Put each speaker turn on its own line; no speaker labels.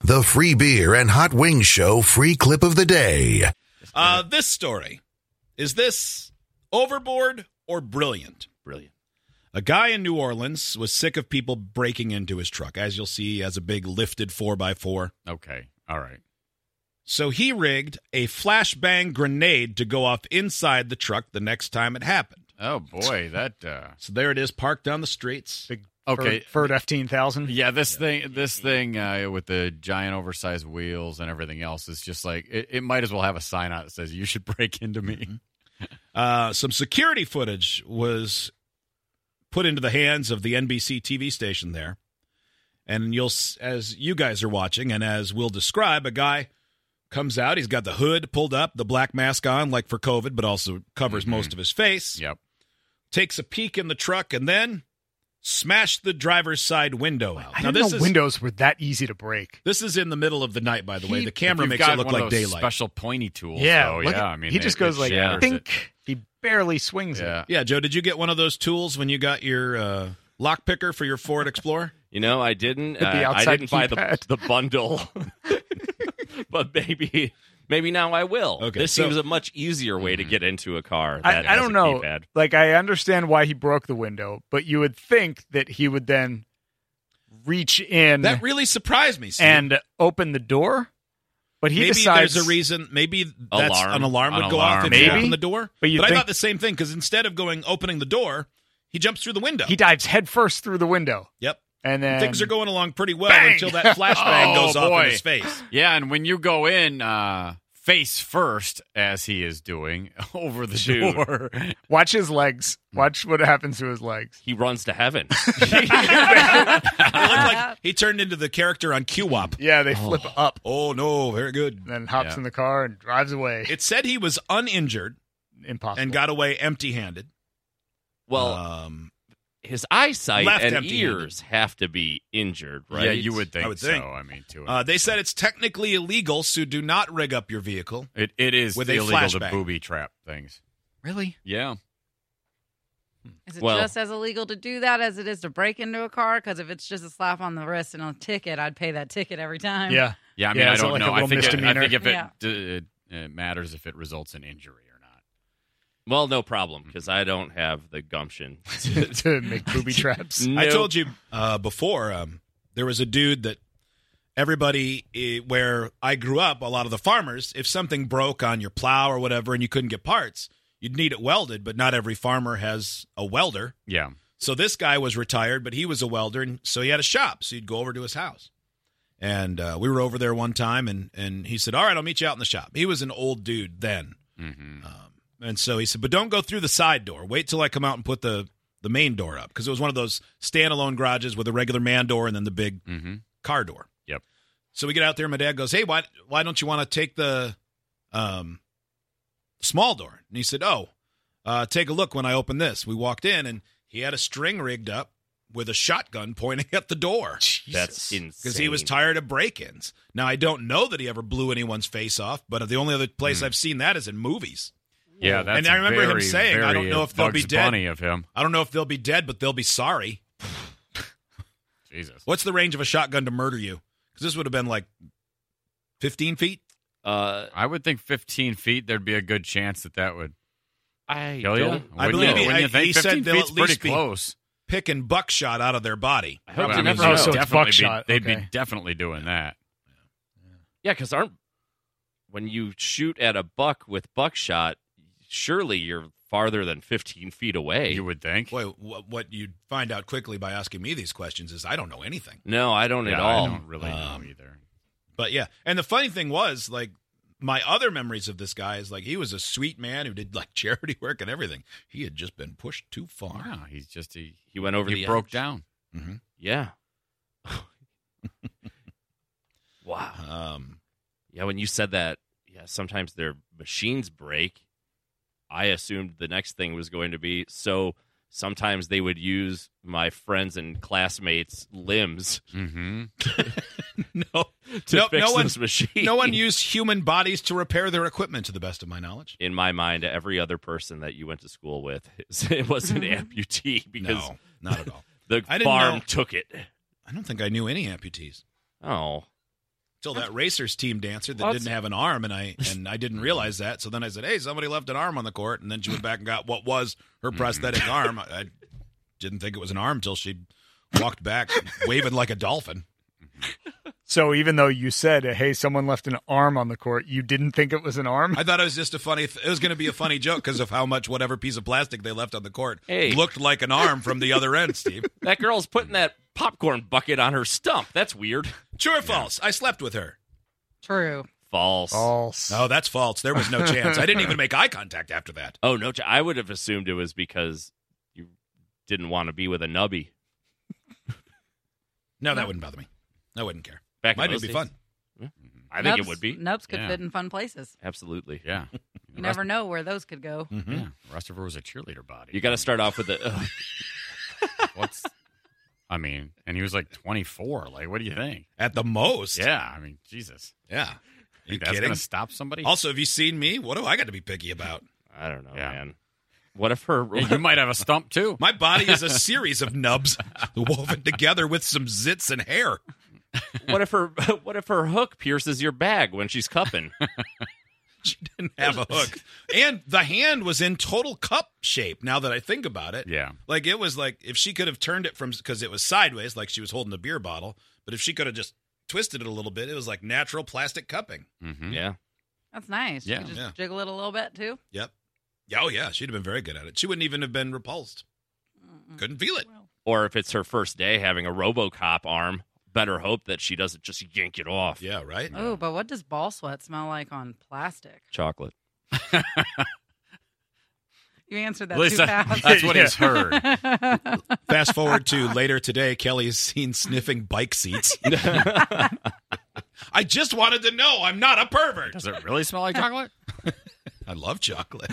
The free beer and hot wings show free clip of the day.
Uh, this story is this overboard or brilliant?
Brilliant.
A guy in New Orleans was sick of people breaking into his truck. As you'll see, he has a big lifted 4x4.
Okay. All right.
So he rigged a flashbang grenade to go off inside the truck the next time it happened.
Oh boy, that uh
So there it is, parked down the streets.
Big
Okay.
Ferd F ten thousand.
yeah, this thing this thing uh with the giant oversized wheels and everything else is just like it, it might as well have a sign out that says you should break into me.
Uh, some security footage was put into the hands of the NBC TV station there, and you'll s- as you guys are watching, and as we'll describe, a guy comes out. He's got the hood pulled up, the black mask on, like for COVID, but also covers
Mhm.
most of his face.
Yep.
Takes a peek in the truck, and then smashed the driver's side window out.
I
now
didn't
this
know
is
windows were that easy to break.
this is in the middle of the night, by the way.
He-
The camera
if you've
makes
got
it look
one of
like
those
daylight.
Special pointy tools. though.
look
yeah.
at-
I mean,
he
it-
just goes
it
like
shatters it.
think he barely swings
Yeah.
yeah, Joe, did you get one of those tools when you got your uh, lock picker for your Ford Explorer?
You know, I didn't.
With the
Uh, I
outside
didn't buy the
keypad.
the bundle, but maybe maybe now I will.
Okay,
this
so-
seems a much easier way to
Mm-hmm.
get into a car.
I-
That
I
has
don't
a
know.
Keypad.
it. Like I understand why he broke the window, but you would think that he would then reach in
That really surprised me. Steve.
and open the door. But he
maybe
decides
there's a reason. Maybe that's
Alarm.
an alarm would
An
go off
alarm,
if you
yeah.
open the door.
But you
I
think-
thought the same thing because instead of going opening the door, he jumps through the window.
he dives headfirst through the window,
yep.
and then
Things are going along pretty well
Bang!
until that flashbang
Oh,
goes off
boy.
in his face.
Yeah, and when you go in uh face first as he is doing over the
Dude.
door.
Watch his legs. Watch what happens to his legs.
He runs to heaven.
It looked like he turned into the character on QWOP.
Yeah, they flip up,
Oh no, very good.
and then hops
Yeah.
in the car and drives away.
It said he was uninjured
Impossible.
and got away empty-handed.
Well,
Uh,
um,
his eyesight
left
and
empty-handed.
ears have to be injured, right?
Yeah, you would think,
I would think.
so. I mean, to
uh, they said it's technically illegal, so do not rig up your vehicle.
it, it is
with a
illegal to
flashbang.
booby trap things.
Really? Yeah.
Is it
Well-
just as illegal to do that as it is to break into a car? Because if it's just a slap on the wrist and a ticket, I'd pay that ticket every time.
yeah,
Yeah, I mean,
Yeah,
I
is it
don't
like a
know. I
little
think, it, I
misdemeanor?
think if it,
Yeah.
d- it, it matters if it results in injury or not.
Well, no problem because I don't have the gumption.
to make booby traps.
I
No.
told you uh, before um, there was a dude that everybody eh, where I grew up, a lot of the farmers, if something broke on your plow or whatever and you couldn't get parts, you'd need it welded, but not every farmer has a welder.
Yeah.
So this guy was retired, but he was a welder, and so he had a shop. So you'd go over to his house, and uh, we were over there one time, and and he said, "All right, I'll meet you out in the shop." He was an old dude then,
hmm
um, and so he said, "But don't go through the side door. Wait till I come out and put the the main door up because it was one of those standalone garages with a regular man door and then the big
hmm
car door."
Yep.
So we get out there, and my dad goes, "Hey, why why don't you want to take the um, small door?" And he said, "Oh, uh, take a look when I open this." We walked in, and he had a string rigged up with a shotgun pointing at the door
That's insane.
because he was tired of break-ins. Now I don't know that he ever blew anyone's face off, but the only other place I've seen that is in movies.
Yeah, that's
And I remember him
very,
saying, I don't
very
know if they'll be
Bugs
dead.
Bunny of him.
I don't know if they'll be dead, but they'll be sorry.
Jesus.
What's the range of a shotgun to murder you? Because this would have been like 15 feet.
Uh,
I would think 15 feet, there'd be a good chance that that would
I
kill you.
don't-
Wouldn't
I believe
you?
he-
Wouldn't
I-
you think
he said
15
they'll
feet's
at
pretty
least be-
close.
Picking buckshot out of their body.
I hope
Well,
you
I mean,
never
oh,
know.
so it's
definitely
buckshot.
Be, they'd
Okay.
be definitely doing that.
Yeah, because aren't when you shoot at a buck with buckshot, surely you're farther than 15 feet away.
You would think.
Boy, what, what you'd find out quickly by asking me these questions is I don't know anything.
no, I don't at
Yeah,
all.
I don't really
Um,
know either.
But yeah, and the funny thing was, like, my other memories of this guy is like he was a sweet man who did like charity work and everything. He had just been pushed too far.
Wow, he's just he,
He went over
he
the
broke
edge.
down.
Yeah. wow.
Um,
Yeah, when you said that, yeah, sometimes their machines break. I assumed the next thing was going to be so sometimes they would use my friends and classmates' limbs
Mm-hmm.
no,
to
no,
fix
no one,
this machine.
no one used human bodies to repair their equipment, to the best of my knowledge.
in my mind, every other person that you went to school with is- it was an amputee because
Mm-hmm. no, not at all.
the
I didn't
farm
know-
took it.
I don't think I knew any amputees.
Oh,
still that racers team dancer that
Well,
didn't have an arm, and I and I didn't realize that. So then I said, "Hey, somebody left an arm on the court," and then she went back and got what was her prosthetic arm. I, I didn't think it was an arm till she walked back waving like a dolphin.
So even though you said, "Hey, someone left an arm on the court," you didn't think it was an arm.
I thought it was just a funny. Th- it was going to be a funny joke because of how much whatever piece of plastic they left on the court
Hey.
looked like an arm from the other end. Steve,
That girl's putting that popcorn bucket on her stump. That's weird.
true or false? I slept with her.
True.
False.
False.
No, that's false. There was no chance. I didn't even make eye contact after that.
Oh no, I would have assumed it was because you didn't want to be with a nubby.
No, that wouldn't bother me. I wouldn't care.
Back in
Might
those
even be
days.
fun.
Mm-hmm.
I think it
Nubs-
would be.
Nubs could
Yeah.
fit in fun places.
Absolutely.
Yeah.
You never know where those could go.
Mm-hmm.
Yeah. Rest of her was a cheerleader body.
You got to start off with the. ugh.
What's? I mean, and he was like 24. Like, what do you think?
At the most.
Yeah. I mean, Jesus.
Yeah. You
Think that's
kidding?
gonna stop somebody?
Also, have you seen me? What do I got to be picky about?
I don't know,
Yeah.
man. What if her?
Hey, you might have a stump too.
My body is a series of nubs woven together with some zits and hair.
What if her? What if her hook pierces your bag when she's cupping?
She didn't have a hook. And the hand was in total cup shape now that I think about it.
Yeah.
Like it was like if she could have turned it from because it was sideways, like she was holding a beer bottle, but if she could have just twisted it a little bit, it was like natural plastic cupping.
Mm-hmm.
yeah.
That's nice.
Yeah.
You just
Yeah.
jiggle it a little bit too.
Yep. Yeah, Oh, yeah. She'd have been very good at it. She wouldn't even have been repulsed. Couldn't feel it.
Or if it's her first day having a RoboCop arm, better hope that she doesn't just yank it off.
Yeah, right?
Oh, but what does ball sweat smell like on plastic?
Chocolate.
You answered that
At least
too
that-
fast.
that's what he's heard.
Fast forward to later today, Kelly is seen sniffing bike seats. I just wanted to know I'm not a pervert.
Does it really smell like chocolate?
I love chocolate.